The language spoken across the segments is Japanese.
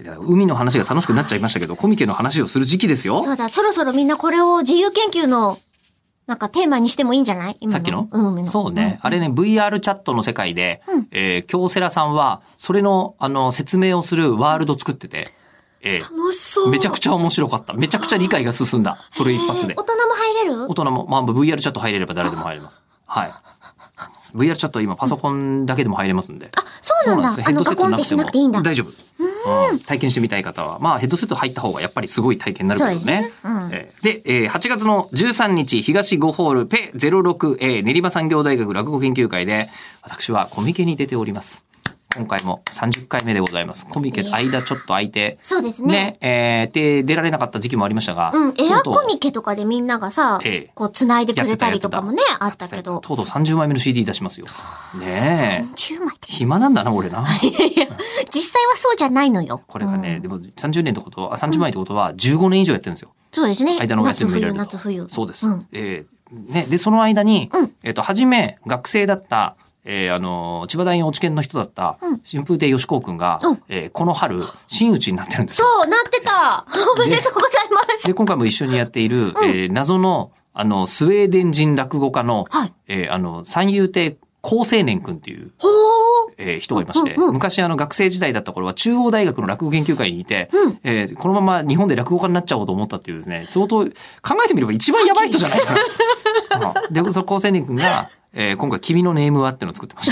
いや海の話が楽しくなっちゃいましたけど、コミケの話をする時期ですよ。そうだ、そろそろみんなこれを自由研究の、なんかテーマにしてもいいんじゃない今さっきの、うん、今そうね、あれね、VR チャットの世界で、うんえー京セラさんは、それの、あの、説明をするワールド作ってて、えー楽しそう。めちゃくちゃ面白かった。めちゃくちゃ理解が進んだ。それ一発でえー。大人も入れる大人も、まあ、VR チャット入れれば誰でも入れます。はい。VR チャットは今パソコンだけでも入れますんで。あ、そうなんだ。あの、ガコンってしなくていいんだ。大丈夫。うん体験してみたい方は、まあ、ヘッドセット入った方がやっぱりすごい体験になるけどね。そうでえーで、えー8月の13日、東5ホールペ 06A 練馬産業大学落語研究会で、私はコミケに出ております。今回も30回目でございます。コミケ、間ちょっと空いて、そうですねね。、えーで、出られなかった時期もありましたが、うん、エとアうとうコミケとかでみんながさええ、こう、繋いでくれたりとかもね、あやってたやけてとど。うとう30枚目の CD 出しますよ。ねえ。 10枚って。暇なんだな、俺な。 実際はそうじゃないのよ。これがね、うんでも30年ってことは、あ30枚ってことは15年以上やってるんですよ。そうですね。間のお休みも入れると夏冬、夏冬。そうです。うんえーね、で、その間に、うんえっ、と、初め、学生だった、えーあのー千葉大の落研の人だった、うん春風亭吉光くんが、うんえーこの春、真打ちになってるんですよ。そう、なってた おめでとうございますで、今回も一緒にやっている、えー謎の、あの、スウェーデン人落語家の、はい。えーあの、三遊亭高青年くんっていう、ほー。えー人がいまして、うんうん昔あの学生時代だった頃は中央大学の落語研究会にいて、うんえーこのまま日本で落語家になっちゃおうと思ったっていうですね、相当考えてみれば一番やばい人じゃないか な。うんで、その高青年君が、えー今回君のネームはっていうのを作ってまし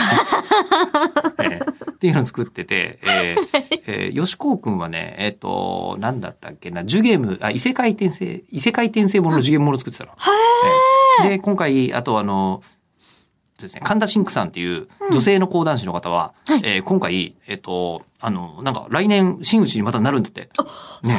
た。 えーっていうのを作ってて、えーえー、吉光君はね、えっ、と、なんだったっけな、ジュゲーム、あ、異世界転生、異世界転生もののジュゲームものを作ってたの。えーで、今回、あとあの、そうですね、神田シンクさんっていう女性の講談師の方は、はいえー今回、えっ、と、あの、なんか来年、真打ちにまたなるんだって。ね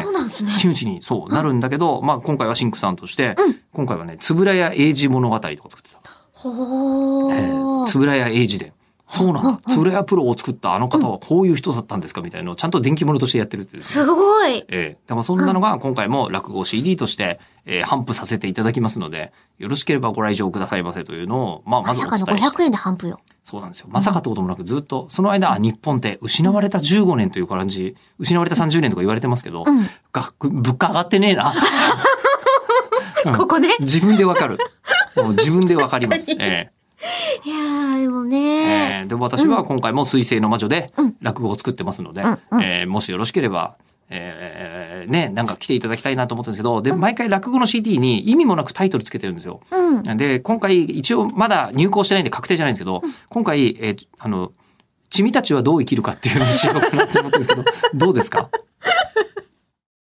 そうなんですね。真打ちに、そう、なるんだけど、まあ今回はシンクさんとして、うん今回はね、つぶらや英治物語とか作ってた。ほえー。ー、つぶらや英治伝。そうなんだ。つぶらやプロを作ったあの方はこういう人だったんですかみたいなのをちゃんと電気物としてやってるっていう。すごい。えー、だからそんなのが今回も落語 CD として、えー、頒布させていただきますので、よろしければご来場くださいませというのを、まあ、ままずおさ伝かえしのて。 500円で半分よ。そうなんですよ。まさかってこともなくずっと、その間、あ日本って失われた15年という感じ、失われた30年とか言われてますけど、うん学物価上がってねえな。うんここね。自分でわかる。もう自分でわかります。確かにえいやー、でもえねええで、私は今回も水星の魔女でうん落語を作ってますので、うんうんええもしよろしければ、ええね、なんか来ていただきたいなと思ったんですけど、で、毎回落語の CD に意味もなくタイトルつけてるんですよ。うん。で、今回、一応まだ入校してないんで確定じゃないんですけど、今回、えーあの、君たちはどう生きるかっていうのをしようかなって思ってるんですけど、どうですか